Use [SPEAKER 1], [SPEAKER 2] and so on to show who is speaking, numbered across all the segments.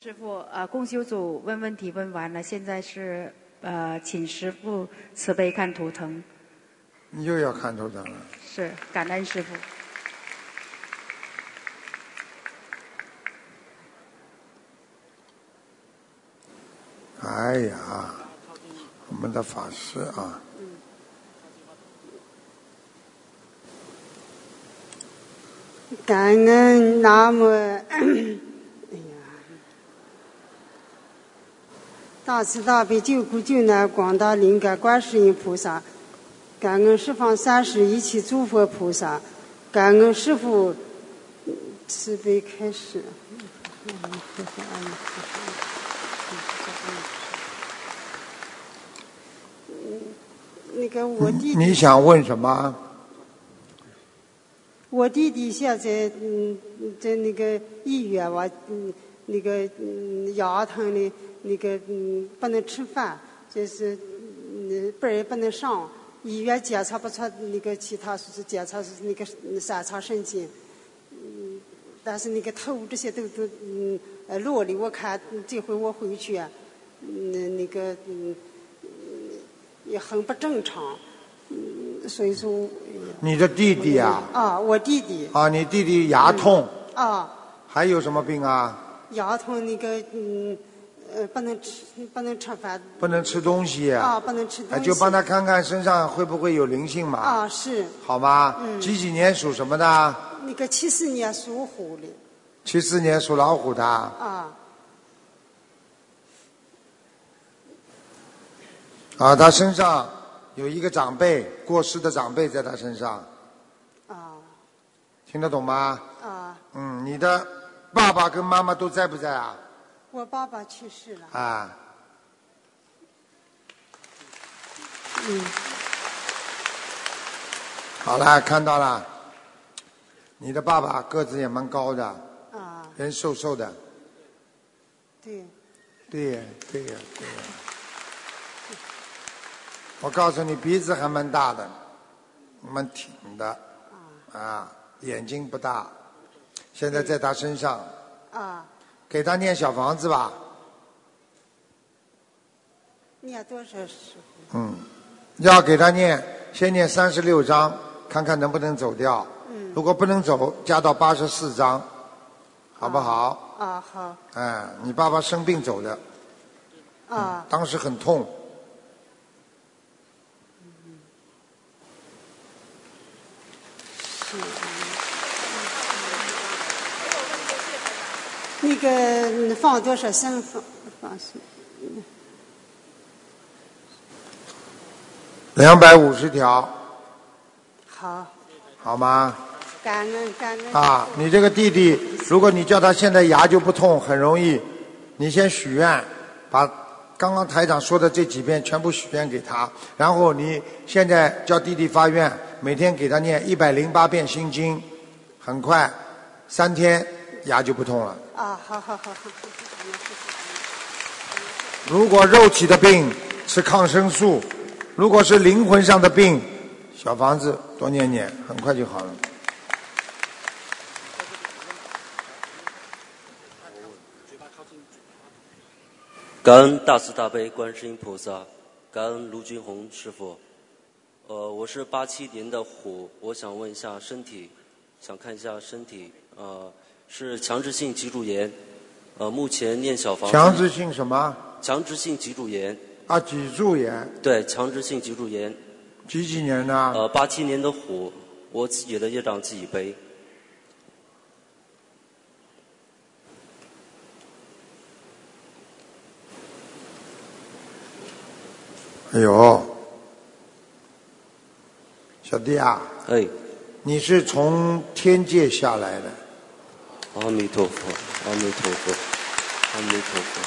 [SPEAKER 1] 师傅，呃，共修组问问题问完了，现在是呃，请师傅慈悲看图腾，
[SPEAKER 2] 你又要看头疼了。
[SPEAKER 1] 是感恩师傅。
[SPEAKER 2] 哎呀，我们的法师啊，
[SPEAKER 3] 感恩南无，哎呀， 大慈大悲救苦救难广大灵感观世音菩萨，感恩十方三世一切诸佛菩萨，感恩师父嗯慈悲开始。那个我弟弟
[SPEAKER 2] 你想问什么？
[SPEAKER 3] 我弟弟现在嗯在那个医院哇，嗯那个嗯牙疼的，那个嗯不能吃饭，就是嗯班儿也不能上，医院检查不出那个其他是检查是那个三叉神经，嗯，但是那个头这些都都嗯呃落了，我看这回我回去，啊嗯那个嗯也很不正常，嗯所以说
[SPEAKER 2] 你的弟弟啊，
[SPEAKER 3] 啊我弟弟。
[SPEAKER 2] 啊，你弟弟牙痛，
[SPEAKER 3] 啊，
[SPEAKER 2] 还有什么病啊？
[SPEAKER 3] 牙痛那个嗯呃不能吃不能吃饭
[SPEAKER 2] 不能吃东西。
[SPEAKER 3] 啊，不能吃东
[SPEAKER 2] 哎
[SPEAKER 3] 西。
[SPEAKER 2] 就帮他看看身上会不会有灵性嘛，
[SPEAKER 3] 啊，是
[SPEAKER 2] 好吗？
[SPEAKER 3] 嗯
[SPEAKER 2] 几几年属什么的？
[SPEAKER 3] 那个七四年属虎的
[SPEAKER 2] 七四年属老虎的，
[SPEAKER 3] 啊，
[SPEAKER 2] 啊，他身上有一个长辈过世的长辈在他身上。
[SPEAKER 3] 啊。
[SPEAKER 2] 听得懂吗？
[SPEAKER 3] 啊，
[SPEAKER 2] 嗯，你的爸爸跟妈妈都在不在啊？
[SPEAKER 3] 我爸爸去世了，
[SPEAKER 2] 啊，
[SPEAKER 3] 嗯，
[SPEAKER 2] 好了，看到了。你的爸爸个子也蛮高的，
[SPEAKER 3] 啊，
[SPEAKER 2] 人瘦瘦的。
[SPEAKER 3] 对，
[SPEAKER 2] 对呀，对呀，对呀。我告诉你，鼻子还蛮大的，蛮挺的，啊，眼睛不大，现在在他身上，
[SPEAKER 3] 啊，
[SPEAKER 2] 给他念小房子吧，
[SPEAKER 3] 念多少时候？
[SPEAKER 2] 嗯，要给他念，先念三十六章，看看能不能走掉，
[SPEAKER 3] 嗯，
[SPEAKER 2] 如果不能走，加到八十四章，好不好？
[SPEAKER 3] 啊，好，
[SPEAKER 2] 哎，你爸爸生病走的，
[SPEAKER 3] 啊，
[SPEAKER 2] 当时很痛，
[SPEAKER 3] 是。那个嗯放多少香放放什么？
[SPEAKER 2] 两百五十条，
[SPEAKER 3] 好，
[SPEAKER 2] 好吗？
[SPEAKER 3] 感恩感恩
[SPEAKER 2] 啊，你这个弟弟，如果你叫他现在牙就不痛，很容易。你先许愿，把刚刚台长说的这几遍全部许愿给他，然后你现在叫弟弟发愿，每天给他念一百零八遍心经，很快，三天牙就不痛了。
[SPEAKER 3] 啊，好好好好。
[SPEAKER 2] 如果肉体的病吃抗生素，如果是灵魂上的病，小房子多念念，很快就好了。
[SPEAKER 4] 感恩大慈大悲观世音菩萨，感恩卢军红师傅。呃，我是八七年的虎，我想问一下身体，想看一下身体，呃，是强制性脊柱炎，呃，目前念小房子
[SPEAKER 2] 强制性什么
[SPEAKER 4] 强制性脊柱炎，
[SPEAKER 2] 啊？脊柱炎，
[SPEAKER 4] 对，强制性脊柱炎，
[SPEAKER 2] 几几年呢？
[SPEAKER 4] 呃，八七年的虎，我自己的业障自己背，
[SPEAKER 2] 哎呦，小弟啊，
[SPEAKER 4] 哎，
[SPEAKER 2] 你是从天界下来的，
[SPEAKER 4] 阿弥陀佛，阿弥陀佛，阿弥陀佛，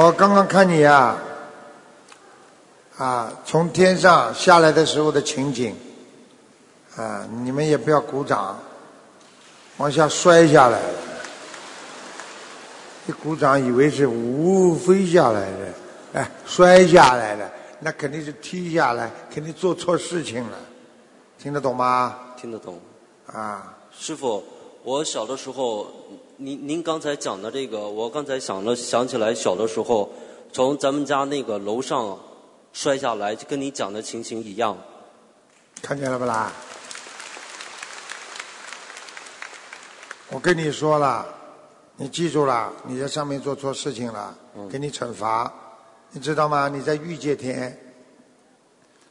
[SPEAKER 2] 我刚刚看你啊，啊，从天上下来的时候的情景，啊，你们也不要鼓掌，往下摔下来了，一鼓掌以为是呜飞下来的，哎，摔下来的，那肯定是踢下来，肯定做错事情了，听得懂吗？
[SPEAKER 4] 听得懂。
[SPEAKER 2] 啊。
[SPEAKER 4] 师傅，我小的时候嗯您您刚才讲的这个，我刚才想了想起来，小的时候从咱们家那个楼上摔下来，就跟你讲的情形一样。
[SPEAKER 2] 看见了不啦？我跟你说了，你记住了，你在上面做错事情了，给你惩罚，你知道吗？你在欲界天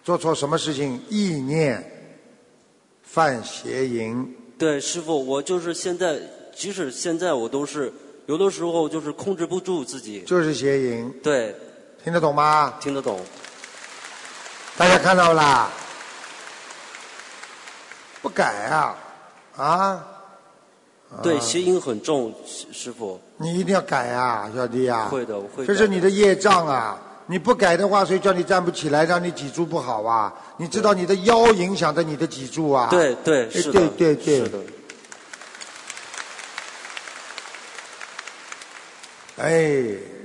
[SPEAKER 2] 做错什么事情？意念犯邪淫，
[SPEAKER 4] 对，师傅，我就是现在，即使现在我都是有的时候就是控制不住自己。
[SPEAKER 2] 就是邪淫，
[SPEAKER 4] 对，
[SPEAKER 2] 听得懂吗？
[SPEAKER 4] 听得懂。
[SPEAKER 2] 大家看到了啦？不改啊，啊！
[SPEAKER 4] 对，谐音很重，师师傅。
[SPEAKER 2] 你一定要改啊，小弟啊！
[SPEAKER 4] 会的我会
[SPEAKER 2] 这
[SPEAKER 4] 改
[SPEAKER 2] 是你的业障啊！你不改的话，谁叫你站不起来，让你脊柱不好啊？你知道你的腰影响着你的脊柱啊？
[SPEAKER 4] 对对
[SPEAKER 2] 哎
[SPEAKER 4] 是
[SPEAKER 2] 对
[SPEAKER 4] 的，
[SPEAKER 2] 对对
[SPEAKER 4] 是的。
[SPEAKER 2] 哎，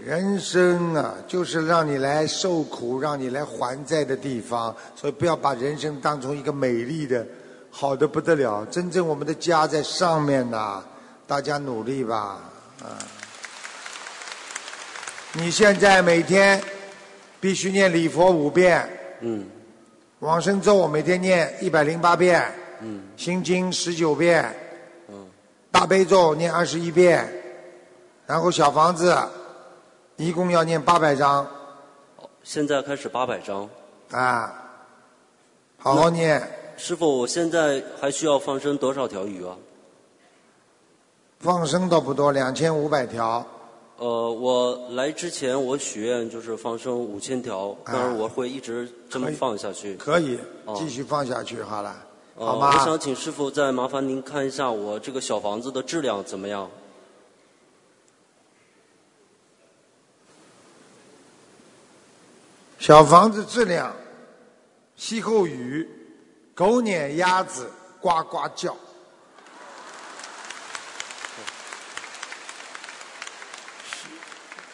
[SPEAKER 2] 人生啊，就是让你来受苦、让你来还债的地方，所以不要把人生当成一个美丽的、好的不得了。真正我们的家在上面呐、大家努力吧，啊！你现在每天必须念礼佛五遍，
[SPEAKER 4] 嗯
[SPEAKER 2] 往生咒每天念一百零八遍，
[SPEAKER 4] 嗯
[SPEAKER 2] 心经十九遍，
[SPEAKER 4] 嗯，
[SPEAKER 2] 大悲咒念二十一遍，然后小房子一共要念八百章
[SPEAKER 4] 现在开始八百张。
[SPEAKER 2] 啊，好好念。
[SPEAKER 4] 师傅，我现在还需要放生多少条鱼啊？
[SPEAKER 2] 放生倒不多，两千五百条。
[SPEAKER 4] 呃，我来之前我许愿就是放生五千条，当然我会一直这么
[SPEAKER 2] 啊可以
[SPEAKER 4] 放下去。
[SPEAKER 2] 可以
[SPEAKER 4] 哦
[SPEAKER 2] 继续放下去好了，
[SPEAKER 4] 呃
[SPEAKER 2] 好吗
[SPEAKER 4] 我想请师傅再麻烦您看一下我这个小房子的质量怎么样？
[SPEAKER 2] 小房子质量，息后语，狗撵鸭子呱呱叫。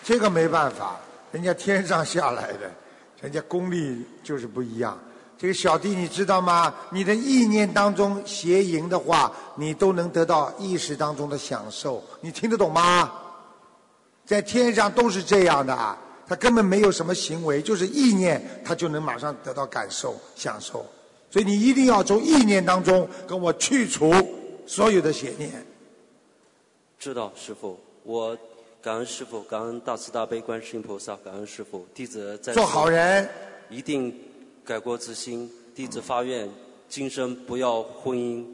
[SPEAKER 2] 这个没办法，人家天上下来的，人家功力就是不一样。这个小弟你知道吗？你的意念当中邪淫的话，你都能得到意识当中的享受，你听得懂吗？在天上都是这样的啊，他根本没有什么行为，就是意念，他就能马上得到感受、享受。所以你一定要从意念当中跟我去除所有的邪念。
[SPEAKER 4] 知道，师傅，我感恩师傅，感恩大慈大悲观世音菩萨，感恩师傅，弟子在此
[SPEAKER 2] 做好，人，
[SPEAKER 4] 一定改过自新。弟子发愿，今生不要婚姻，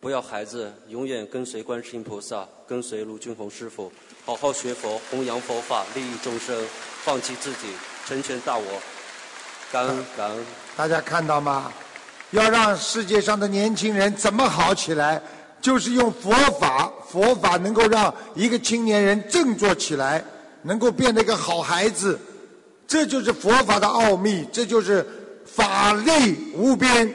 [SPEAKER 4] 不要孩子，永远跟随观世音菩萨，跟随卢俊宏师傅，好好学佛，弘扬佛法，利益众生，放弃自己，成全大我。感恩，感恩。
[SPEAKER 2] 大家看到吗？要让世界上的年轻人怎么好起来，就是用佛法，佛法能够让一个青年人振作起来，能够变得一个好孩子。这就是佛法的奥秘，这就是法力无边。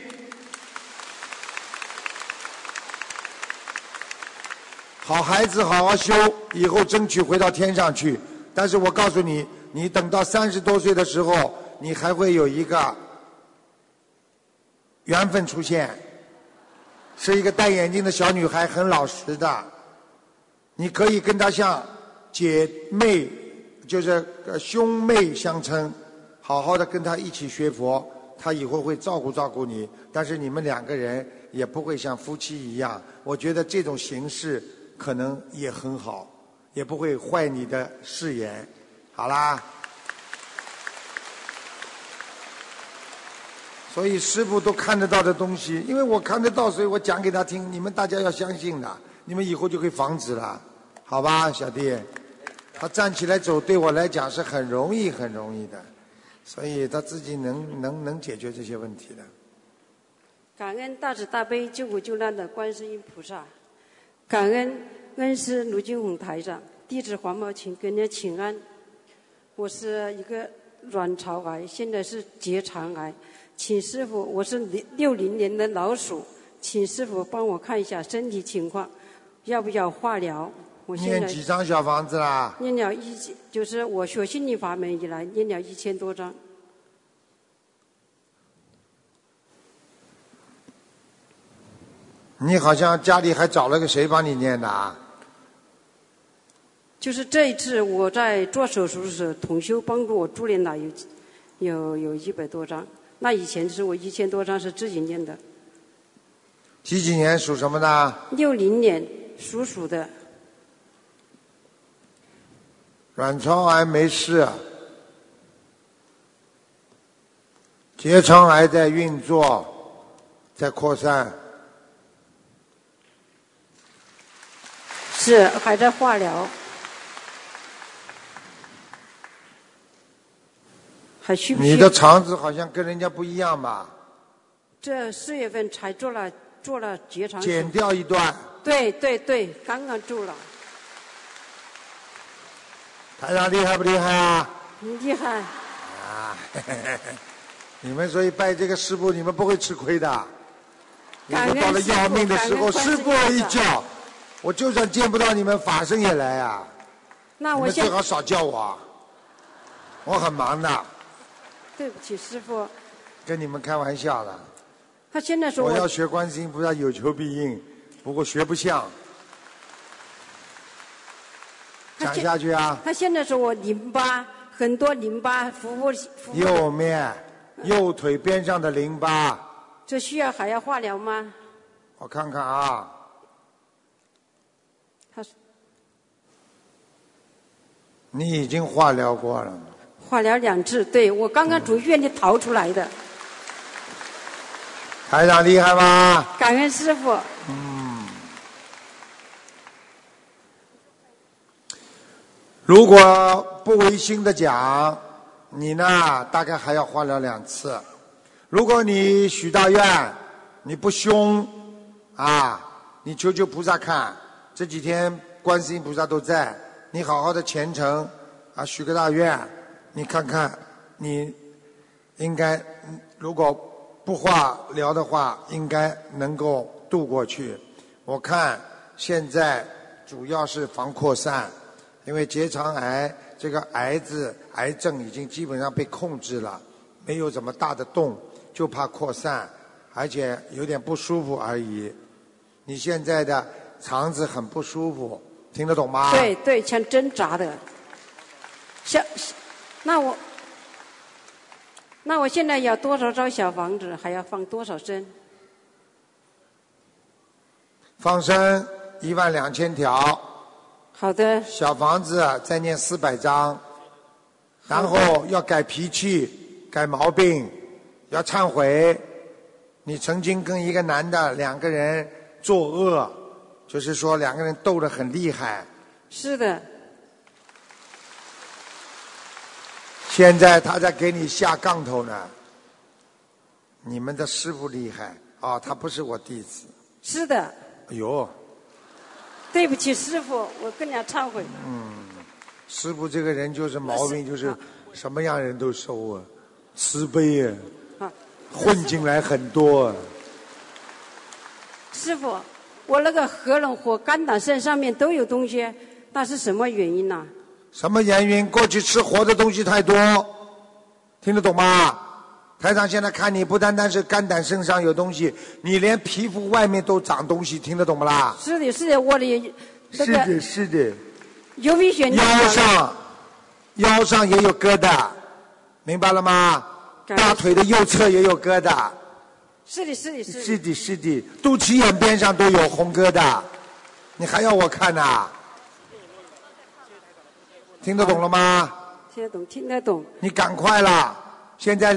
[SPEAKER 2] 好孩子，好好修，以后争取回到天上去。但是我告诉你，你等到三十多岁的时候，你还会有一个缘分出现，是一个戴眼镜的小女孩，很老实的，你可以跟她像姐妹，就是呃兄妹相称，好好的跟她一起学佛，她以后会照顾照顾你，但是你们两个人也不会像夫妻一样，我觉得这种形式可能也很好，也不会坏你的誓言，好啦。所以师傅都看得到的东西，因为我看得到，所以我讲给他听。你们大家要相信的，你们以后就会防止了，好吧，小弟？他站起来走，对我来讲是很容易、很容易的，所以他自己能能能解决这些问题的。
[SPEAKER 5] 感恩大慈大悲救苦救难的观世音菩萨，感恩恩师卢俊宏台长，弟子黄茂琴给您请安。我是一个卵巢癌，现在是结肠癌，请师傅，我是零六零年的老鼠，请师傅帮我看一下身体情况，要不要化疗？我现
[SPEAKER 2] 念
[SPEAKER 5] 在
[SPEAKER 2] 几张小房子啦？
[SPEAKER 5] 念了一千，就是我学心理法门以来念了一千多章。
[SPEAKER 2] 你好像家里还找了个谁帮你念的啊？
[SPEAKER 5] 就是这一次我在做手术时，同修帮助我助念了有有有一百多张，那以前是我一千多张是自己念的。
[SPEAKER 2] 几几年属什么的？
[SPEAKER 5] 六零年属鼠的，
[SPEAKER 2] 卵巢癌没事，啊结肠癌在运作，在扩散。
[SPEAKER 5] 是还在化疗，还需不需？
[SPEAKER 2] 你的肠子好像跟人家不一样吧？
[SPEAKER 5] 这四月份才做了做了结肠手
[SPEAKER 2] 剪掉一段，
[SPEAKER 5] 对对对，刚刚做了，
[SPEAKER 2] 台长厉害不厉害啊？
[SPEAKER 5] 很厉害。
[SPEAKER 2] 啊，你们所以拜这个师傅，你们不会吃亏的。你
[SPEAKER 5] 感恩
[SPEAKER 2] 们到了
[SPEAKER 5] 师父
[SPEAKER 2] 要命的时候，
[SPEAKER 5] 感恩
[SPEAKER 2] 师傅
[SPEAKER 5] 观世音
[SPEAKER 2] 一
[SPEAKER 5] 菩萨
[SPEAKER 2] 叫，我就算见不到你们，法身也来啊。
[SPEAKER 5] 那
[SPEAKER 2] 你
[SPEAKER 5] 我
[SPEAKER 2] 们
[SPEAKER 5] 现
[SPEAKER 2] 最好少叫我啊，我很忙的，
[SPEAKER 5] 对不起师傅，
[SPEAKER 2] 跟你们开玩笑的。
[SPEAKER 5] 他现在说
[SPEAKER 2] 我要
[SPEAKER 5] 我
[SPEAKER 2] 学观世音菩萨有求必应，不过学不像。
[SPEAKER 5] 他
[SPEAKER 2] 讲
[SPEAKER 5] 现
[SPEAKER 2] 下去啊，
[SPEAKER 5] 他现在说我淋巴很多淋巴服务服务，
[SPEAKER 2] 右面右腿边上的淋巴。
[SPEAKER 5] 这需要还要化疗吗？
[SPEAKER 2] 我看看啊，
[SPEAKER 5] 他说
[SPEAKER 2] 你已经化疗过了，
[SPEAKER 5] 化疗两次，对我刚刚从院里逃出来的，
[SPEAKER 2] 台长厉害吧？
[SPEAKER 5] 感恩师傅。
[SPEAKER 2] 如果不违心的讲，你呢大概还要化疗两次。如果你许大愿，你不凶啊，你求求菩萨看，这几天观世音菩萨都在，你好好的虔诚啊，许个大愿，你看看你应该，嗯如果不化疗的话，应该能够度过去。我看现在主要是防扩散，因为结肠癌这个癌字癌症已经基本上被控制了，没有什么大的洞，就怕扩散，而且有点不舒服而已。你现在的肠子很不舒服，听得懂吗？
[SPEAKER 5] 对对，像挣扎的，像，那我，那我现在要多少张小房子，还要放多少针？
[SPEAKER 2] 放生一万两千条。
[SPEAKER 5] 好的，
[SPEAKER 2] 小房子再念四百张，然后要改脾气、改毛病，要忏悔。你曾经跟一个男的两个人作恶，就是说两个人斗得很厉害。
[SPEAKER 5] 是的，
[SPEAKER 2] 现在他在给你下杠头呢。你们的师傅厉害啊、他不是我弟子。
[SPEAKER 5] 是的，
[SPEAKER 2] 哎呦，
[SPEAKER 5] 对不起师傅，我跟你忏悔。
[SPEAKER 2] 师傅这个人就是毛病，
[SPEAKER 5] 是
[SPEAKER 2] 就是
[SPEAKER 5] 啊
[SPEAKER 2] 什么样人都收啊，慈悲啊，
[SPEAKER 5] 啊，
[SPEAKER 2] 混进来很多啊。
[SPEAKER 5] 师傅，我那个喉咙和肝胆肾上面都有东西，那是什么原因呢、
[SPEAKER 2] 什么原因？过去吃活的东西太多，听得懂吗？台长现在看你不单单是肝胆肾上有东西，你连皮肤外面都长东西，听得懂不啦？
[SPEAKER 5] 是的，是的，我的那个，
[SPEAKER 2] 是的，
[SPEAKER 5] 有危险
[SPEAKER 2] 腰上腰上也有疙瘩，明白了吗？
[SPEAKER 5] 感觉
[SPEAKER 2] 大腿的右侧也有疙瘩，
[SPEAKER 5] 是的，是的，是
[SPEAKER 2] 是
[SPEAKER 5] 的，
[SPEAKER 2] 的，是的，肚脐眼边上都有红疙瘩，你还要我看呐、啊听得懂了吗？
[SPEAKER 5] 听得懂，听得懂，
[SPEAKER 2] 你赶快啦！现在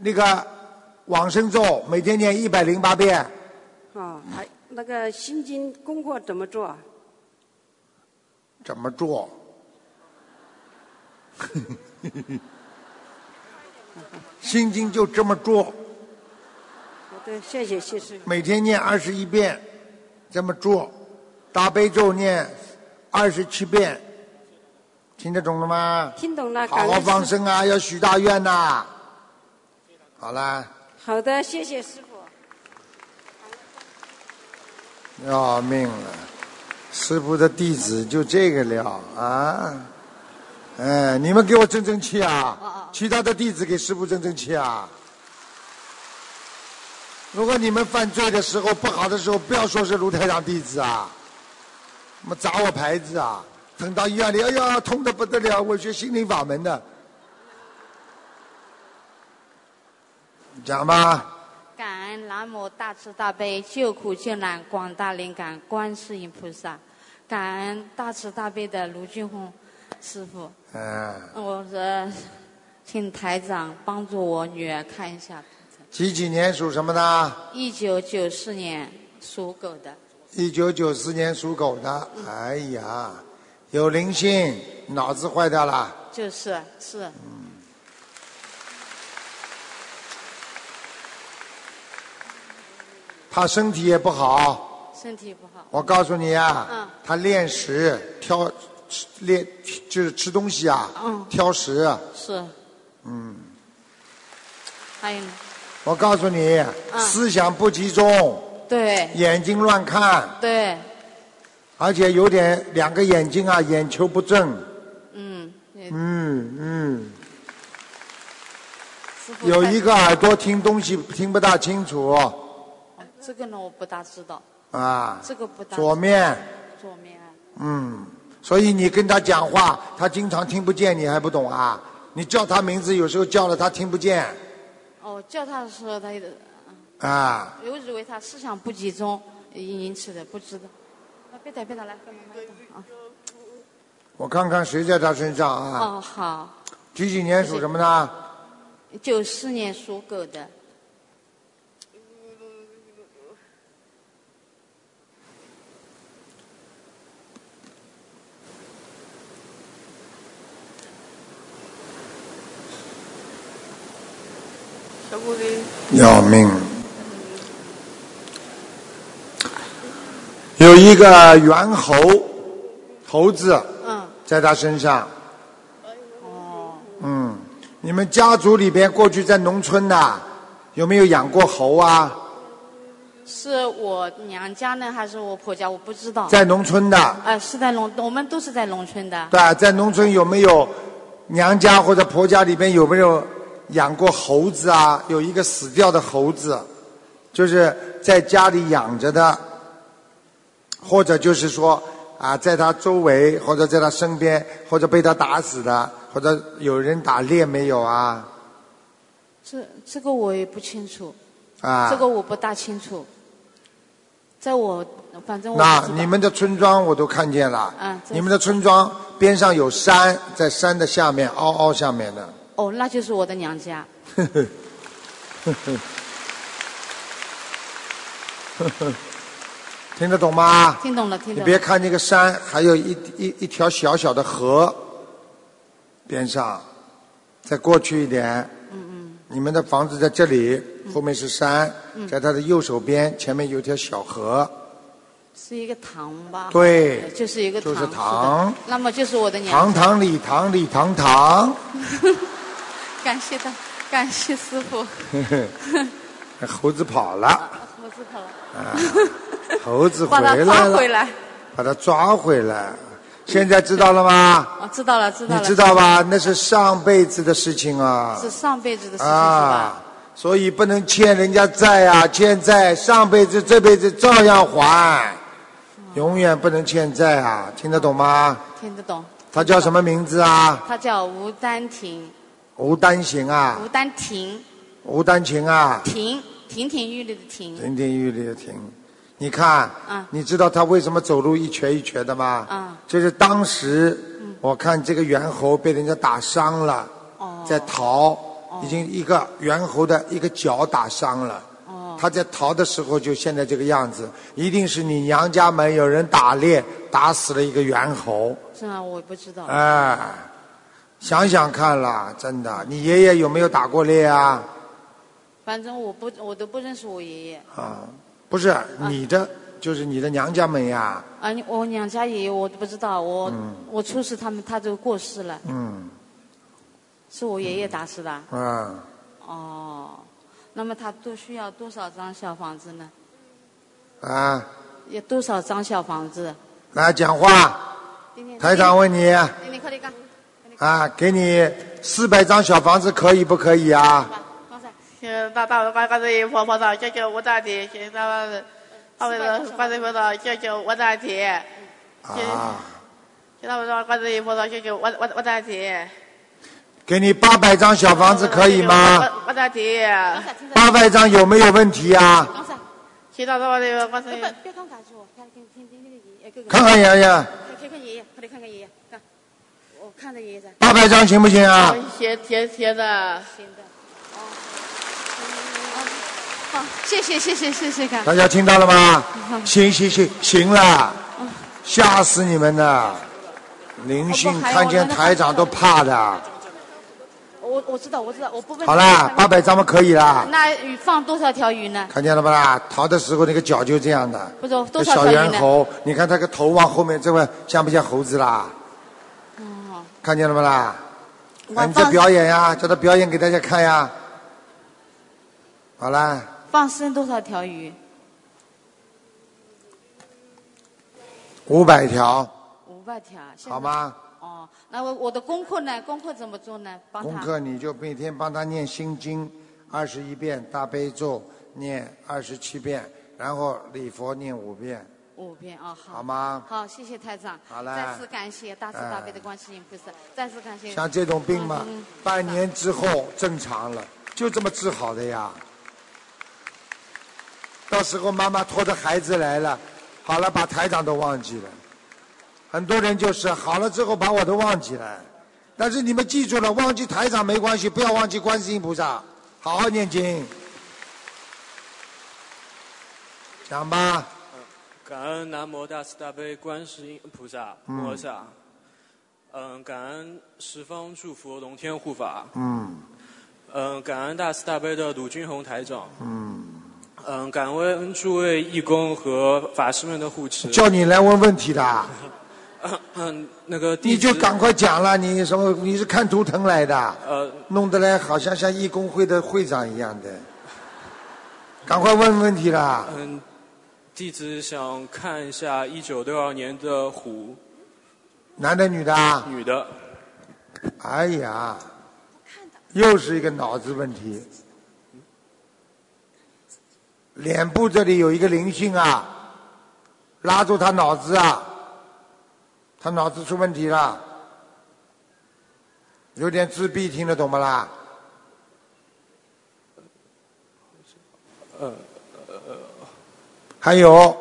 [SPEAKER 2] 那个往生咒每天念一百零八遍，
[SPEAKER 5] 啊，还那个心经功课怎么做啊？
[SPEAKER 2] 怎么做？心经就这么做，
[SPEAKER 5] 好的，谢谢谢谢。
[SPEAKER 2] 每天念二十一遍，这么做。大悲咒念二十七遍，听得懂了吗？
[SPEAKER 5] 听懂了，
[SPEAKER 2] 好
[SPEAKER 5] 感
[SPEAKER 2] 好
[SPEAKER 5] 恩
[SPEAKER 2] 放
[SPEAKER 5] 师
[SPEAKER 2] 生啊，要许大愿呐、好啦。
[SPEAKER 5] 父。好的，谢谢师傅。
[SPEAKER 2] 要命了！师傅的弟子就这个料啊！哎，你们给我争争气啊！其他的弟子给师傅争争气啊！如果你们犯罪的时候、不好的时候，不要说是卢台长弟子啊，那么砸我牌子啊！疼到医院里，哎呀，痛得不得了。我学心灵法门的，你讲吧，
[SPEAKER 6] 感恩南无大慈大悲救苦救难广大灵感观世音菩萨，感恩大慈大悲的卢俊宏师傅。
[SPEAKER 2] 嗯，
[SPEAKER 6] 我是请台长帮助我女儿看一下，
[SPEAKER 2] 几几年属什么的？
[SPEAKER 6] 一九九四年属狗的，
[SPEAKER 2] 一九九四年属狗的。哎呀，有灵性，脑子坏掉了。
[SPEAKER 6] 就是是。
[SPEAKER 2] 他身体也不好，
[SPEAKER 6] 身体不好。
[SPEAKER 2] 我告诉你啊
[SPEAKER 6] 嗯，
[SPEAKER 2] 他恋食挑吃恋就是吃东西啊，
[SPEAKER 6] 嗯
[SPEAKER 2] 挑食。
[SPEAKER 6] 是，
[SPEAKER 2] 嗯，
[SPEAKER 6] 还有呢
[SPEAKER 2] 我告诉你，
[SPEAKER 6] 嗯
[SPEAKER 2] 思想不集中，
[SPEAKER 6] 对
[SPEAKER 2] 眼睛乱看，
[SPEAKER 6] 对，
[SPEAKER 2] 而且有点两个眼睛啊，眼球不正。
[SPEAKER 6] 嗯，也
[SPEAKER 2] 嗯嗯，
[SPEAKER 6] 师傅
[SPEAKER 2] 有
[SPEAKER 6] 看
[SPEAKER 2] 一个耳朵听东西听不大清楚
[SPEAKER 6] 哦这个呢我不大知道，
[SPEAKER 2] 啊，
[SPEAKER 6] 这个不大
[SPEAKER 2] 左面，
[SPEAKER 6] 左面啊
[SPEAKER 2] 嗯，所以你跟他讲话，他经常听不见，你还不懂啊？你叫他名字，有时候叫了他听不见
[SPEAKER 6] 哦叫他的时候他有点
[SPEAKER 2] 啊。
[SPEAKER 6] 我以为他思想不集中引起的，不知道。啊，别打别打，来干嘛？干嘛
[SPEAKER 2] 我看看谁在他身上
[SPEAKER 6] 啊
[SPEAKER 2] 啊？
[SPEAKER 6] 哦，好，
[SPEAKER 2] 几几年属什么呢？
[SPEAKER 6] 九四年属狗的，
[SPEAKER 7] 小姑娘，
[SPEAKER 2] 要命！有一个猿猴，猴子
[SPEAKER 6] 嗯，
[SPEAKER 2] 在他身上。嗯，你们家族里边过去在农村的、有没有养过猴啊？
[SPEAKER 6] 是我娘家呢还是我婆家？我不知道。
[SPEAKER 2] 在农村的，
[SPEAKER 6] 呃，是在农，我们都是在农村的。
[SPEAKER 2] 对吧，在农村有没有娘家或者婆家里边有没有养过猴子啊？有一个死掉的猴子，就是在家里养着的，或者就是说啊，在他周围或者在他身边，或者被他打死的，或者有人打猎没有啊？
[SPEAKER 6] 这这个我也不清楚，
[SPEAKER 2] 啊，
[SPEAKER 6] 这个我不大清楚。在我反正我
[SPEAKER 2] 那
[SPEAKER 6] 不知道
[SPEAKER 2] 你们的村庄我都看见了，
[SPEAKER 6] 嗯这
[SPEAKER 2] 你们的村庄边上有山，在山的下面凹凹下面的。
[SPEAKER 6] 哦，那就是我的娘家。
[SPEAKER 2] 呵呵，呵呵，呵呵，听得懂吗？
[SPEAKER 6] 听懂了，听
[SPEAKER 2] 你
[SPEAKER 6] 懂
[SPEAKER 2] 别
[SPEAKER 6] 了。
[SPEAKER 2] 看那个山，还有一一一条小小的河，边上，再过去一点，
[SPEAKER 6] 嗯
[SPEAKER 2] 你们的房子在这里，后面是山，
[SPEAKER 6] 嗯
[SPEAKER 2] 在它的右手边，前面有一条小河，
[SPEAKER 6] 嗯，是一个堂吧？
[SPEAKER 2] 对
[SPEAKER 6] 呃就是一个
[SPEAKER 2] 就是
[SPEAKER 6] 是的
[SPEAKER 2] 堂
[SPEAKER 6] 那么就是我的娘家。
[SPEAKER 2] 堂堂礼堂礼堂 堂，
[SPEAKER 6] 感谢大，感谢师傅。
[SPEAKER 2] 呵呵，猴子跑了，
[SPEAKER 6] 我知道了，
[SPEAKER 2] 啊，猴子
[SPEAKER 6] 把
[SPEAKER 2] 回
[SPEAKER 6] 它
[SPEAKER 2] 来
[SPEAKER 6] 抓
[SPEAKER 2] 了，
[SPEAKER 6] 回来。
[SPEAKER 2] 把它抓回来，现在知道了吗？
[SPEAKER 6] 哦，知道了，知道
[SPEAKER 2] 你
[SPEAKER 6] 了。
[SPEAKER 2] 知道吧？那是上辈子的事情啊，
[SPEAKER 6] 是上辈子的事情、
[SPEAKER 2] 啊，所以不能欠人家债啊，欠债上辈子这辈子照样还，永远不能欠债啊，听得懂吗？
[SPEAKER 6] 是吧？听得懂。
[SPEAKER 2] 他叫什么名字啊？
[SPEAKER 6] 他叫吴丹婷，
[SPEAKER 2] 吴丹行啊，
[SPEAKER 6] 吴丹婷，
[SPEAKER 2] 吴丹琴啊，
[SPEAKER 6] 婷亭亭玉立的亭。
[SPEAKER 2] 亭亭玉立的亭。你看，
[SPEAKER 6] 嗯
[SPEAKER 2] 你知道他为什么走路一瘸一瘸的吗？
[SPEAKER 6] 嗯
[SPEAKER 2] 就是当时、我看这个猿猴被人家打伤了。
[SPEAKER 6] 哦。
[SPEAKER 2] 在逃，已经一个猿猴的一个脚打伤了。
[SPEAKER 6] 哦
[SPEAKER 2] 他在逃的时候就现在这个样子，一定是你娘家门有人打猎，打死了一个猿猴，
[SPEAKER 6] 是啊，我不知道。
[SPEAKER 2] 哎，想想看啦，真的，你爷爷有没有打过猎啊？
[SPEAKER 6] 反正我不，我都不认识我爷爷。
[SPEAKER 2] 啊，不是，你的、就是你的娘家门呀，
[SPEAKER 6] 啊，你我娘家爷爷我都不知道，我、我出事他们他都过世了，
[SPEAKER 2] 嗯，
[SPEAKER 6] 是我爷爷打死的。
[SPEAKER 2] 嗯，
[SPEAKER 6] 哦，那么他都需要多少张小房子呢？
[SPEAKER 2] 啊，
[SPEAKER 6] 有多少张小房子？
[SPEAKER 2] 来讲话，
[SPEAKER 6] 今天
[SPEAKER 2] 台长，问你
[SPEAKER 6] 你你快点干，
[SPEAKER 2] 啊，给你四百张小房子可以不可以啊？
[SPEAKER 6] 刚才
[SPEAKER 7] 请大大的观观世音菩萨救救我大姐，请大大的大大的观世音菩萨救救我大姐，
[SPEAKER 2] 啊，
[SPEAKER 7] 现在我说观世音菩萨，救救我我我大姐。
[SPEAKER 2] 给你八百张小房子可以吗？
[SPEAKER 7] 我我大姐，
[SPEAKER 2] 八百张有没有问题啊？
[SPEAKER 7] 其他的话那个观世音，
[SPEAKER 8] 别光打住，看听听听那个爷爷，哥哥
[SPEAKER 2] 看看洋洋，
[SPEAKER 8] 看看爷爷，快点看看爷爷，看，我看着爷爷在。
[SPEAKER 2] 八百张行不行啊？
[SPEAKER 7] 贴贴贴的，
[SPEAKER 6] 好，谢谢谢谢谢谢感
[SPEAKER 2] 大家听到了吗？行行行，行了，吓死你们了！灵性看见台长都怕的。
[SPEAKER 8] 我我知道我知道，我不问。
[SPEAKER 2] 好啦，八百张嘛可以啦，
[SPEAKER 6] 那鱼放多少条鱼呢？
[SPEAKER 2] 看见了吧啦？逃的时候那个脚就这样的，
[SPEAKER 6] 不是
[SPEAKER 2] 这
[SPEAKER 6] 多少
[SPEAKER 2] 小
[SPEAKER 6] 条鱼
[SPEAKER 2] 猿
[SPEAKER 6] 呢？
[SPEAKER 2] 猴，你看它个头往后面这么像不像猴子啦？
[SPEAKER 6] 哦，
[SPEAKER 2] 看见了吧啦？
[SPEAKER 6] 我
[SPEAKER 2] 啊你在
[SPEAKER 6] 放
[SPEAKER 2] 表演呀，叫他表演给大家看呀。好啦，
[SPEAKER 6] 放生多少条鱼？
[SPEAKER 2] 五百条，
[SPEAKER 6] 五百条。现在
[SPEAKER 2] 好？吗？
[SPEAKER 6] 哦，那我我的功课呢？功课怎么做呢？帮他。
[SPEAKER 2] 功课你就每天帮他念心经二十一遍，大悲咒念二十七遍，然后礼佛念五遍，
[SPEAKER 6] 五遍哦，好。
[SPEAKER 2] 好？吗？
[SPEAKER 6] 好，谢谢台长。
[SPEAKER 2] 好嘞
[SPEAKER 6] 再次感谢大慈大悲的观世音菩萨，再次感谢。
[SPEAKER 2] 像这种病嘛
[SPEAKER 6] 嗯，
[SPEAKER 2] 半年之后正常了，就这么治好的呀。到时候妈妈拖着孩子来了，好了，把台长都忘记了。很多人就是好了之后把我都忘记了，但是你们记住了，忘记台长没关系，不要忘记观世音菩萨，好好念经。讲吧，
[SPEAKER 9] 感恩南无大慈大悲观世音菩萨
[SPEAKER 2] 嗯
[SPEAKER 9] 摩诃萨。嗯，感恩十方诸佛龙天护法。
[SPEAKER 2] 嗯
[SPEAKER 9] 嗯，感恩大慈大悲的鲁军宏台长。
[SPEAKER 2] 嗯，
[SPEAKER 9] 嗯，感恩诸位义工和法师们的护持。
[SPEAKER 2] 叫你来问问题的啊，
[SPEAKER 9] 嗯，那个弟
[SPEAKER 2] 你就
[SPEAKER 9] 子
[SPEAKER 2] 赶快讲了，你什么？你是看图腾来的？
[SPEAKER 9] 呃，
[SPEAKER 2] 弄得来好像像义工会的会长一样的，赶快问问题啦！
[SPEAKER 9] 嗯，弟子想看一下一九六二年的虎
[SPEAKER 2] 男的女的啊？
[SPEAKER 9] 女的，
[SPEAKER 2] 哎呀，又是一个脑子问题，脸部这里有一个灵性啊，拉住他脑子啊，他脑子出问题了，有点自闭，听得懂不啦？
[SPEAKER 9] 呃，
[SPEAKER 2] 还有，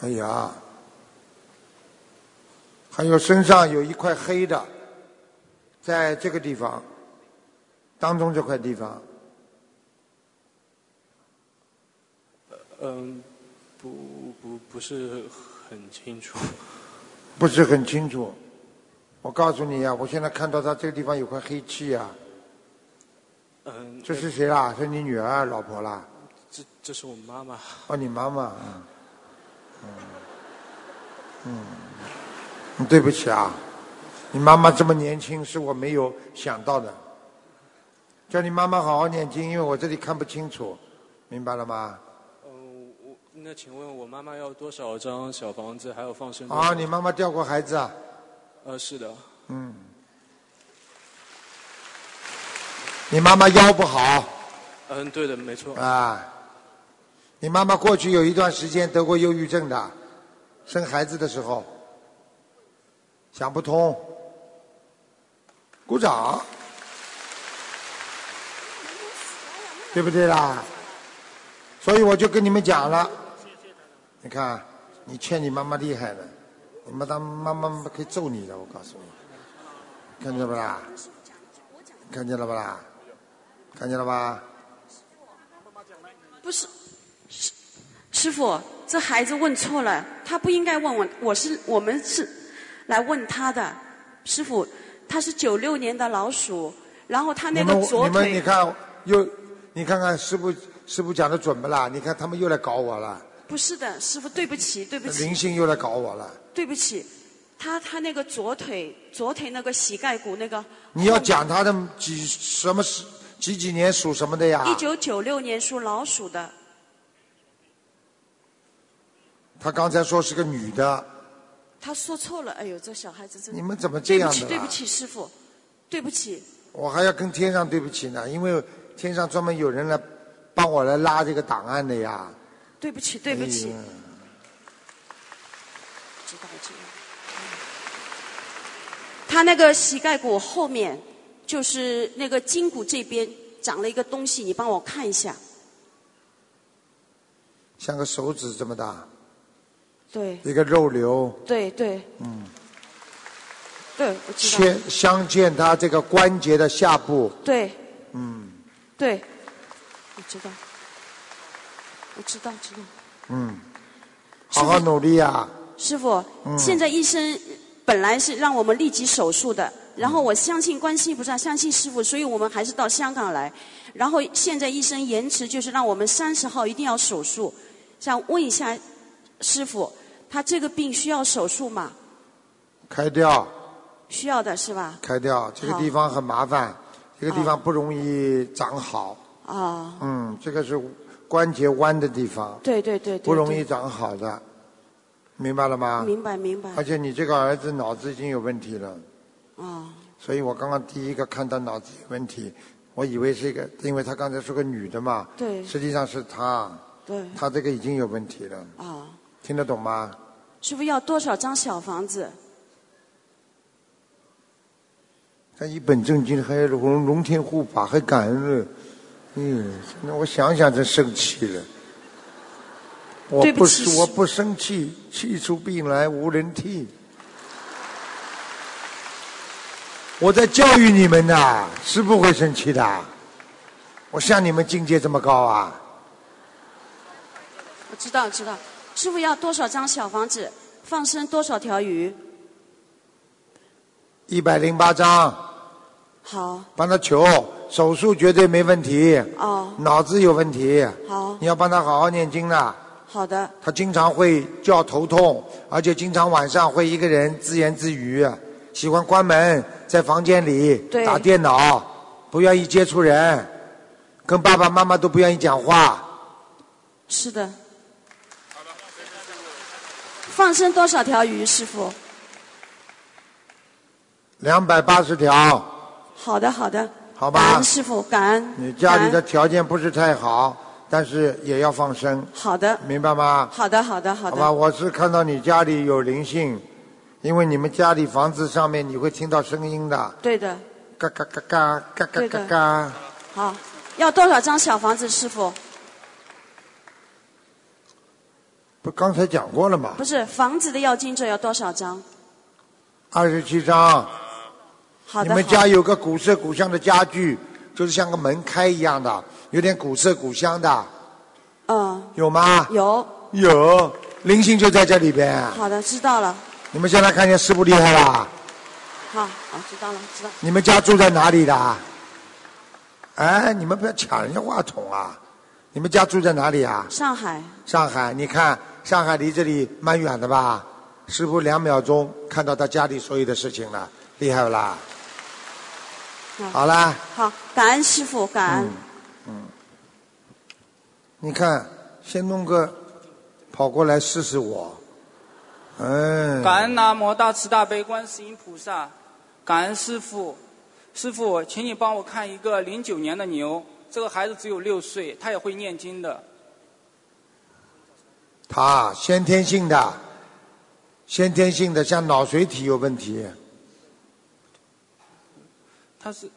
[SPEAKER 2] 哎呀，还有身上有一块黑的，在这个地方，当中这块地方，
[SPEAKER 9] 嗯，不不不是很清楚。
[SPEAKER 2] 不是很清楚。我告诉你呀、我现在看到他这个地方有块黑气呀、
[SPEAKER 9] 嗯，
[SPEAKER 2] 这是谁啦？是你女儿、啊老婆啦？
[SPEAKER 9] 这这是我妈妈。
[SPEAKER 2] 哦，你妈妈。嗯，嗯，对不起啊，你妈妈这么年轻是我没有想到的。叫你妈妈好好念经，因为我这里看不清楚，明白了吗？
[SPEAKER 9] 嗯，我那请问我妈妈要多少张小房子，还有放生？
[SPEAKER 2] 啊，你妈妈掉过孩子啊？
[SPEAKER 9] 呃，是的，
[SPEAKER 2] 嗯。你妈妈腰不好
[SPEAKER 9] 嗯，对的，没错。
[SPEAKER 2] 啊，你妈妈过去有一段时间得过忧郁症的，生孩子的时候想不通。鼓掌，对不对啦？所以我就跟你们讲了，你看，你欠你妈妈厉害了，你妈她妈妈可以揍你的，我告诉你，看见了不啦？看见了不啦？看见了吧？
[SPEAKER 10] 不是，师师傅，这孩子问错了，他不应该问我，我是我们是来问他的。师傅，他是九六年的老鼠，然后他那个左
[SPEAKER 2] 你们你们你
[SPEAKER 10] 腿，
[SPEAKER 2] 看又，你看看师傅师傅讲的准不啦？你看他们又来搞我了，
[SPEAKER 10] 不是的，师傅，对不起，对不
[SPEAKER 2] 灵
[SPEAKER 10] 起，
[SPEAKER 2] 性又来搞我了。
[SPEAKER 10] 对不起，他他那个左腿，左腿那个膝盖骨那个，
[SPEAKER 2] 你要讲他的几什么时几几年属什么的呀？
[SPEAKER 10] 一九九六年属老鼠的，
[SPEAKER 2] 他刚才说是个女的，
[SPEAKER 10] 他说错了，哎呦，这小孩子真
[SPEAKER 2] 你们怎么这
[SPEAKER 10] 对
[SPEAKER 2] 样
[SPEAKER 10] 不
[SPEAKER 2] 的啊
[SPEAKER 10] 起，
[SPEAKER 2] 啦？
[SPEAKER 10] 对不起，师傅，对不起，
[SPEAKER 2] 我还要跟天上对不起呢，因为天上专门有人来哎帮我来拉这个档案的呀。
[SPEAKER 10] 对不起，对不起
[SPEAKER 2] 哎呀，
[SPEAKER 10] 知道这样。他那个膝盖骨后面，就是那个筋骨这边长了一个东西，你帮我看一下。
[SPEAKER 2] 像个手指这么大，
[SPEAKER 10] 对
[SPEAKER 2] 一个肉瘤，
[SPEAKER 10] 对对
[SPEAKER 2] 嗯，
[SPEAKER 10] 对，我知道
[SPEAKER 2] 切。相见他这个关节的下部，
[SPEAKER 10] 对
[SPEAKER 2] 嗯
[SPEAKER 10] 对，我知道，我知道知道。
[SPEAKER 2] 嗯，好好努力啊！
[SPEAKER 10] 师傅，
[SPEAKER 2] 嗯
[SPEAKER 10] 现在医生本来是让我们立即手术的，然后我相信观世音菩萨，相信师傅，所以我们还是到香港来。然后现在医生延迟，就是让我们三十号一定要手术。想问一下师傅，他这个病需要手术吗？
[SPEAKER 2] 开掉，
[SPEAKER 10] 需要的是吧？
[SPEAKER 2] 开掉，这个地方很麻烦，这个地方不容易长好，
[SPEAKER 10] 啊、
[SPEAKER 2] 嗯，这个是关节弯的地方，
[SPEAKER 10] 对对对对，
[SPEAKER 2] 不容易
[SPEAKER 10] 对
[SPEAKER 2] 长好的，明白了吗？
[SPEAKER 10] 明白明白。
[SPEAKER 2] 而且你这个儿子脑子已经有问题了，
[SPEAKER 10] 啊、
[SPEAKER 2] 所以我刚刚第一个看到脑子有问题，我以为是一个，因为他刚才是个女的嘛，
[SPEAKER 10] 对
[SPEAKER 2] 实际上是他，
[SPEAKER 10] 对
[SPEAKER 2] 他这个已经有问题了，
[SPEAKER 10] 啊、
[SPEAKER 2] 听得懂吗？
[SPEAKER 10] 师傅要多少张小房子？
[SPEAKER 2] 他一本正经，还龙龙天护法，还感恩了，嗯，那我想想真生气了。我
[SPEAKER 10] 对不起
[SPEAKER 2] 是我不生气，气出病来无人替。我在教育你们呐、是不会生气的。我像你们境界这么高啊？
[SPEAKER 10] 我知道知道，师傅要多少张小房子？放生多少条鱼？
[SPEAKER 2] 一百零八章，
[SPEAKER 10] 好
[SPEAKER 2] 帮他求手术绝对没问题，
[SPEAKER 10] 哦，
[SPEAKER 2] 脑子有问题，
[SPEAKER 10] 好
[SPEAKER 2] 你要帮他好好念经呐。
[SPEAKER 10] 好的，
[SPEAKER 2] 他经常会叫头痛，而且经常晚上会一个人自言自语，喜欢关门，在房间里
[SPEAKER 10] 对
[SPEAKER 2] 打电脑，不愿意接触人，跟爸爸妈妈都不愿意讲话。
[SPEAKER 10] 是的。放生多少条鱼，师傅？
[SPEAKER 2] 两百八十条，
[SPEAKER 10] 好的好的，
[SPEAKER 2] 好
[SPEAKER 10] 感
[SPEAKER 2] 吧
[SPEAKER 10] 恩？师傅，感恩。
[SPEAKER 2] 你家里的
[SPEAKER 10] 感恩
[SPEAKER 2] 条件不是太好，但是也要放生，
[SPEAKER 10] 好的
[SPEAKER 2] 明白吗？
[SPEAKER 10] 好的好的
[SPEAKER 2] 好
[SPEAKER 10] 好的
[SPEAKER 2] 吧，我是看到你家里有灵性，因为你们家里房子上面你会听到声音的，
[SPEAKER 10] 对的
[SPEAKER 2] 嘎嘎嘎嘎嘎嘎
[SPEAKER 10] 对
[SPEAKER 2] 嘎
[SPEAKER 10] 的
[SPEAKER 2] 嘎。
[SPEAKER 10] 好。要多少张小房子，师傅？
[SPEAKER 2] 不，刚才讲过了吗？
[SPEAKER 10] 不是房子的要经者要多少张？
[SPEAKER 2] 二十七张。
[SPEAKER 10] 好
[SPEAKER 2] 你
[SPEAKER 10] 的。
[SPEAKER 2] 们
[SPEAKER 10] 好的
[SPEAKER 2] 家有个古色古香的家具，就是像个门开一样的，有点古色古香的，
[SPEAKER 10] 嗯，
[SPEAKER 2] 有吗？
[SPEAKER 10] 有。
[SPEAKER 2] 有，灵性就在这里边。
[SPEAKER 10] 好的，知道了。
[SPEAKER 2] 你们现在看见师傅厉害啦？
[SPEAKER 10] 好，好，知道了，知道。
[SPEAKER 2] 你们家住在哪里的？哎，你们不要抢人家话筒啊！你们家住在哪里啊？
[SPEAKER 10] 上海，
[SPEAKER 2] 上海，你看上海离这里蛮远的吧？师傅两秒钟看到他家里所有的事情了，厉害不啦？
[SPEAKER 10] 嗯
[SPEAKER 2] 好啦，
[SPEAKER 10] 好，感恩师傅，感恩。
[SPEAKER 2] 你看，先弄个跑过来试试我，嗯，
[SPEAKER 11] 感恩南无大慈大悲观世音菩萨，感恩师傅。师傅，请你帮我看一个零九年的牛，这个孩子只有六岁，他也会念经的。
[SPEAKER 2] 他先天性的，先天性的像脑髓体有问题，
[SPEAKER 11] 他是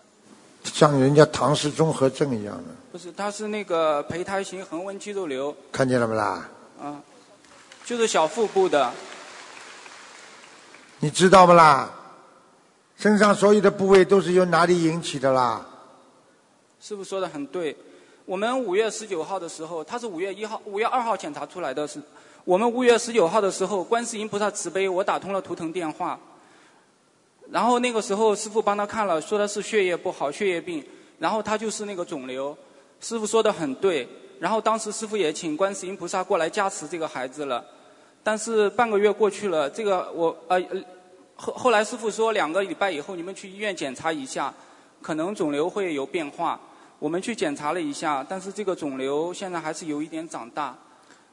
[SPEAKER 2] 像人家唐氏综合症一样的，
[SPEAKER 11] 不是他是那个胚胎型横纹肌肉瘤
[SPEAKER 2] 看见了不啦？
[SPEAKER 11] 啊，就是小腹部的。
[SPEAKER 2] 你知道不啦？身上所有的部位都是由哪里引起的啦？
[SPEAKER 11] 师傅说的很对。我们五月十九号的时候，他是五月一号、五月二号检查出来的是。我们五月十九号的时候，观世音菩萨慈悲，我打通了图腾电话。然后那个时候，师傅帮他看了，说他是血液不好，血液病。然后他就是那个肿瘤。师傅说的很对。然后当时师傅也请观世音菩萨过来加持这个孩子了。但是半个月过去了，这个我呃呃后后来师傅说两个礼拜以后你们去医院检查一下，可能肿瘤会有变化。我们去检查了一下，但是这个肿瘤现在还是有一点长大。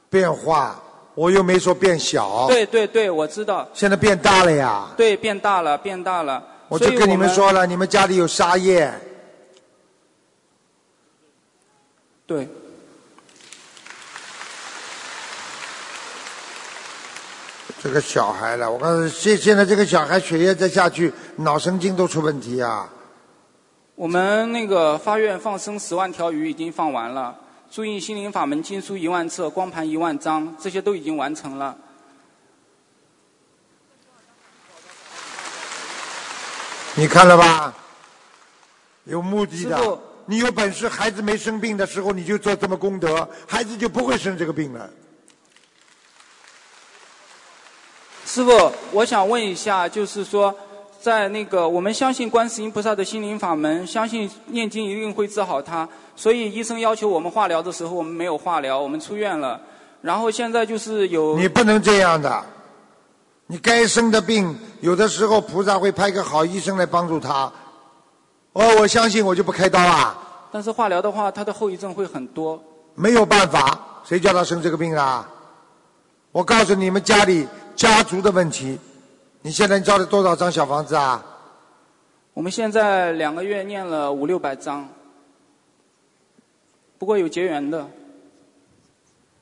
[SPEAKER 2] 变化，我又没说变小，
[SPEAKER 11] 对对对，我知道，
[SPEAKER 2] 现在变大了呀。
[SPEAKER 11] 对，变大了，变大了。
[SPEAKER 2] 我
[SPEAKER 11] 所
[SPEAKER 2] 就
[SPEAKER 11] 以
[SPEAKER 2] 跟你们
[SPEAKER 11] 们
[SPEAKER 2] 说，了，你们家里有沙叶，
[SPEAKER 11] 对，
[SPEAKER 2] 这个小孩了，我告诉你现现在这个小孩血液再下去，脑神经都出问题啊！
[SPEAKER 11] 我们那个发愿放生十万条鱼已经放完了，注印心灵法门经书一万册，光盘一万张，这些都已经完成了。
[SPEAKER 2] 你看了吧？有目的
[SPEAKER 11] 师
[SPEAKER 2] 的
[SPEAKER 11] 父，
[SPEAKER 2] 你有本事，孩子没生病的时候你就做这么功德，孩子就不会生这个病了。
[SPEAKER 11] 师傅，我想问一下，就是说，在那个我们相信观世音菩萨的心灵法门，相信念经一定会治好他，所以医生要求我们化疗的时候，我们没有化疗，我们出院了。然后现在就是有
[SPEAKER 2] 你不能这样的，你该生的病，有的时候菩萨会派个好医生来帮助他。哦，我相信我就不开刀啊，
[SPEAKER 11] 但是化疗的话，它的后遗症会很多。
[SPEAKER 2] 没有办法，谁叫他生这个病啦？我告诉你们，家里家族的问题，你现在造了多少张小房子啊？
[SPEAKER 11] 我们现在两个月念了五六百章，不过有结缘的，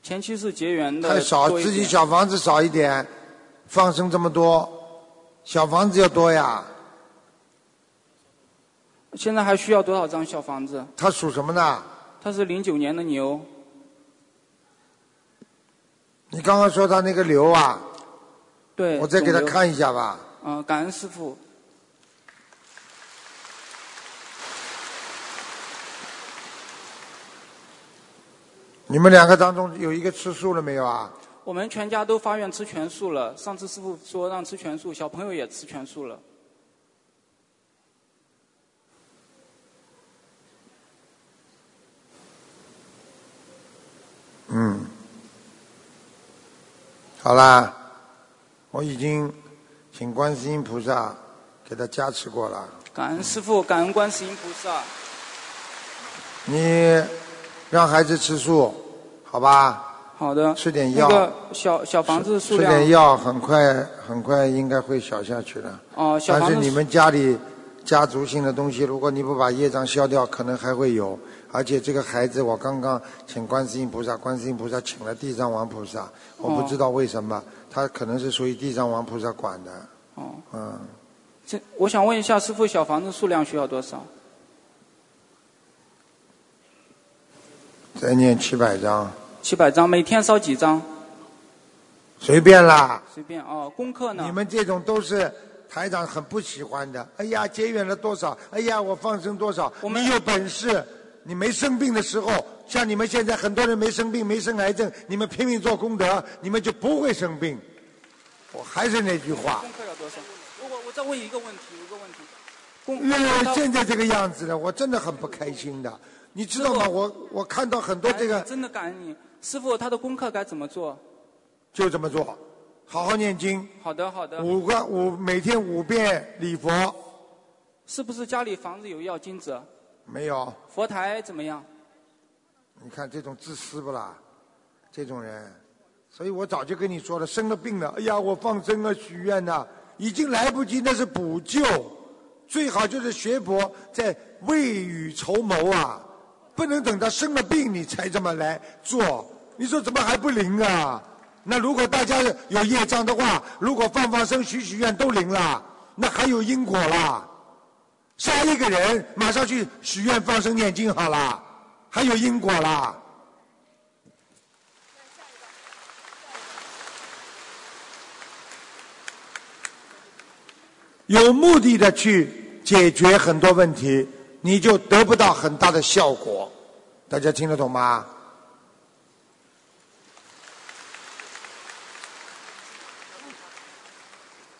[SPEAKER 11] 前期是结缘的
[SPEAKER 2] 太少，
[SPEAKER 11] 多一
[SPEAKER 2] 自己
[SPEAKER 11] 点
[SPEAKER 2] 小房子少一点，放生这么多，小房子要多呀。
[SPEAKER 11] 现在还需要多少张小房子？
[SPEAKER 2] 他属什么呢？
[SPEAKER 11] 它是零九年的牛，
[SPEAKER 2] 你刚刚说他那个瘤啊，
[SPEAKER 11] 对，
[SPEAKER 2] 我再给他
[SPEAKER 11] 肿瘤
[SPEAKER 2] 看一下吧。
[SPEAKER 11] 嗯、感恩师傅。
[SPEAKER 2] 你们两个当中有一个吃素了没有啊？
[SPEAKER 11] 我们全家都发愿吃全素了。上次师傅说让吃全素，小朋友也吃全素了。
[SPEAKER 2] 嗯，好啦，我已经请观世音菩萨给他加持过了。
[SPEAKER 11] 感恩师傅，感恩观世音菩萨。
[SPEAKER 2] 你让孩子吃素，好吧？
[SPEAKER 11] 好的。
[SPEAKER 2] 吃点
[SPEAKER 11] 那
[SPEAKER 2] 药。
[SPEAKER 11] 个小小房子数
[SPEAKER 2] 吃
[SPEAKER 11] 量。
[SPEAKER 2] 点药，很快很快应该会小下去的。
[SPEAKER 11] 哦小
[SPEAKER 2] 但
[SPEAKER 11] 房
[SPEAKER 2] 是
[SPEAKER 11] 子
[SPEAKER 2] 你们家里家族性的东西，如果你不把业障消掉，可能还会有。而且这个孩子，我刚刚请观世音菩萨，观世音菩萨请了地藏王菩萨，我
[SPEAKER 11] 哦
[SPEAKER 2] 不知道为什么，他可能是属于地藏王菩萨管的。
[SPEAKER 11] 哦。
[SPEAKER 2] 嗯，
[SPEAKER 11] 这我想问一下师傅，小房子数量需要多少？
[SPEAKER 2] 再念七百张，
[SPEAKER 11] 七百张，每天烧几张？
[SPEAKER 2] 随便啦。
[SPEAKER 11] 随便哦。功课呢？
[SPEAKER 2] 你们这种都是台长很不喜欢的。哎呀，结缘了多少？哎呀，我放生多少？你有本事，你没生病的时候，像你们现在很多人没生病、没生癌症，你们拼命做功德，你们就不会生病。我还是那句话
[SPEAKER 11] 功，课要多少？我我我再问一个问题，一个问题。功
[SPEAKER 2] 越来现在这个样子了，我真的很不开心的。你知道吗？我我看到很多这
[SPEAKER 11] 哎
[SPEAKER 2] 个
[SPEAKER 11] 你真的感恩你，师傅，他的功课该怎么做？
[SPEAKER 2] 就这么做，好好念经，
[SPEAKER 11] 好的，好的。
[SPEAKER 2] 五个五每天五遍礼佛，
[SPEAKER 11] 是不是家里房子有要金者？
[SPEAKER 2] 没有。
[SPEAKER 11] 佛台怎么样？
[SPEAKER 2] 你看这种自私不啦？这种人，所以我早就跟你说了，生了病了，哎呀，我放生啊，许愿呐、已经来不及，那是补救，最好就是学佛，在未雨绸缪啊，不能等到生了病你才这么来做。你说怎么还不灵啊？那如果大家有业障的话，如果放放生、许许愿都灵了，那还有因果啦。杀一个人，马上去许愿、放生、念经好了，还有因果啦。有目的的去解决很多问题，你就得不到很大的效果。大家听得懂吗？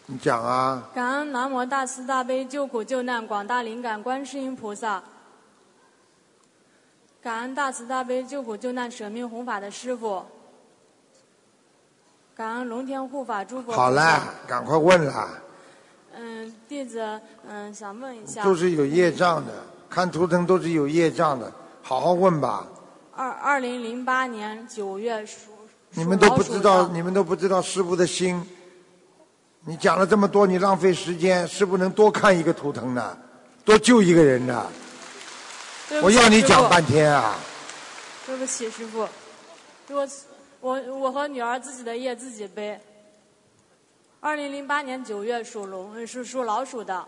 [SPEAKER 2] 你讲啊，
[SPEAKER 12] 感恩南无大慈大悲救苦救难广大灵感观世音菩萨，感恩大慈大悲救苦救难舍命弘法的师傅，感恩龙天护法诸佛。
[SPEAKER 2] 好了，，赶快问了。
[SPEAKER 12] 嗯，弟子嗯想问一下，
[SPEAKER 2] 都是有业障的，看图腾都是有业障的，好好问吧。
[SPEAKER 12] 二二零零八年九月属
[SPEAKER 2] 你们都不知道，
[SPEAKER 12] 属老鼠的
[SPEAKER 2] 你们都不知道师傅的心。你讲了这么多，你浪费时间，师傅能多看一个图腾呢，多救一个人呢。
[SPEAKER 12] 对不
[SPEAKER 2] 我
[SPEAKER 12] 起
[SPEAKER 2] 要你
[SPEAKER 12] 师
[SPEAKER 2] 讲
[SPEAKER 12] 父
[SPEAKER 2] 半天啊！
[SPEAKER 12] 对不起，师傅，我我我和女儿自己的业自己背。二零零八年九月属龙，呃是属老鼠的。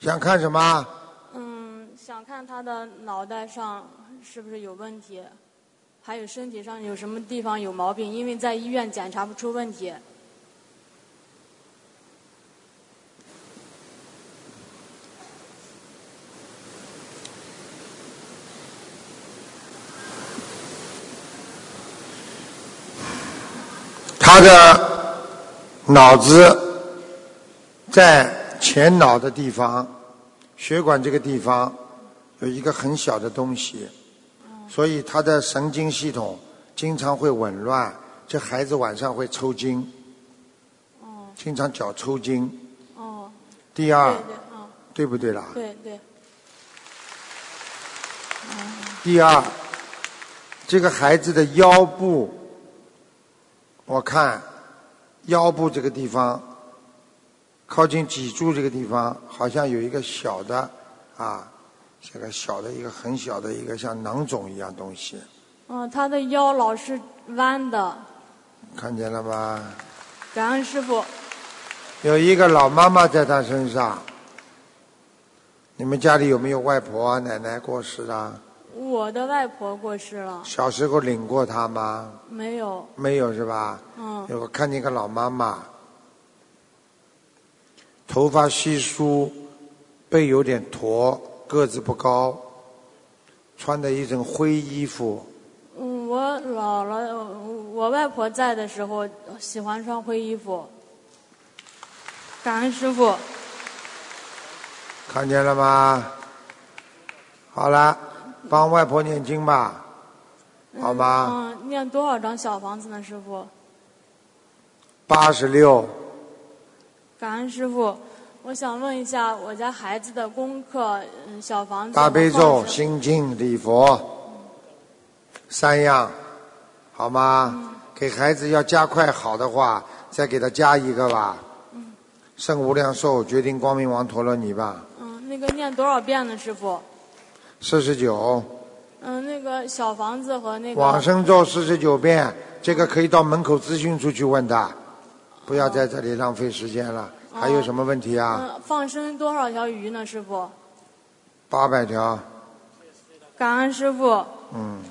[SPEAKER 2] 想看什么？
[SPEAKER 12] 嗯，想看他的脑袋上是不是有问题，还有身体上有什么地方有毛病，因为在医院检查不出问题。
[SPEAKER 2] 他的脑子在前脑的地方，血管这个地方有一个很小的东西，所以他的神经系统经常会紊乱。这孩子晚上会抽筋，经常脚抽筋。
[SPEAKER 12] 哦，
[SPEAKER 2] 第二，
[SPEAKER 12] 对对，嗯，
[SPEAKER 2] 对不对啦？
[SPEAKER 12] 对对，
[SPEAKER 2] 第二，这个孩子的腰部，我看腰部这个地方，靠近脊柱这个地方，好像有一个小的啊，这个小的一个很小的一个像囊肿一样东西，
[SPEAKER 12] 嗯，他的腰老是弯的，
[SPEAKER 2] 看见了吗？
[SPEAKER 12] 感恩师傅。
[SPEAKER 2] 有一个老妈妈在她身上。你们家里有没有外婆啊、奶奶过世啊？
[SPEAKER 12] 我的外婆过世了，
[SPEAKER 2] 小时候领过她吗？
[SPEAKER 12] 没有，
[SPEAKER 2] 没有是吧？
[SPEAKER 12] 嗯，
[SPEAKER 2] 有个看见一个老妈妈，头发稀疏，背有点驼，个子不高，穿的一身灰衣服。
[SPEAKER 12] 嗯我姥姥，我外婆在的时候喜欢穿灰衣服。感恩师傅，
[SPEAKER 2] 看见了吗？好了，帮外婆念经吧，好吗？
[SPEAKER 12] 嗯，念多少张小房子呢，师傅？
[SPEAKER 2] 八十六，
[SPEAKER 12] 感恩师傅，我想问一下我家孩子的功课，嗯，小房子
[SPEAKER 2] 大悲
[SPEAKER 12] 和
[SPEAKER 2] 咒、
[SPEAKER 12] 放生
[SPEAKER 2] 心经、礼佛，三样，好吗？给孩子要加快好的话，再给他加一个吧。
[SPEAKER 12] 嗯
[SPEAKER 2] 圣无量寿决定光明王陀罗尼吧，
[SPEAKER 12] 嗯，那个念多少遍呢，师傅？
[SPEAKER 2] 四十九，
[SPEAKER 12] 嗯，那个小房子和那个
[SPEAKER 2] 往生咒四十九遍，这个可以到门口咨询处去问他，不要在这里浪费时间了。
[SPEAKER 12] 哦
[SPEAKER 2] 还有什么问题啊？
[SPEAKER 12] 嗯，放生多少条鱼呢，师傅？
[SPEAKER 2] 八百条，
[SPEAKER 12] 感恩师傅。
[SPEAKER 2] 嗯，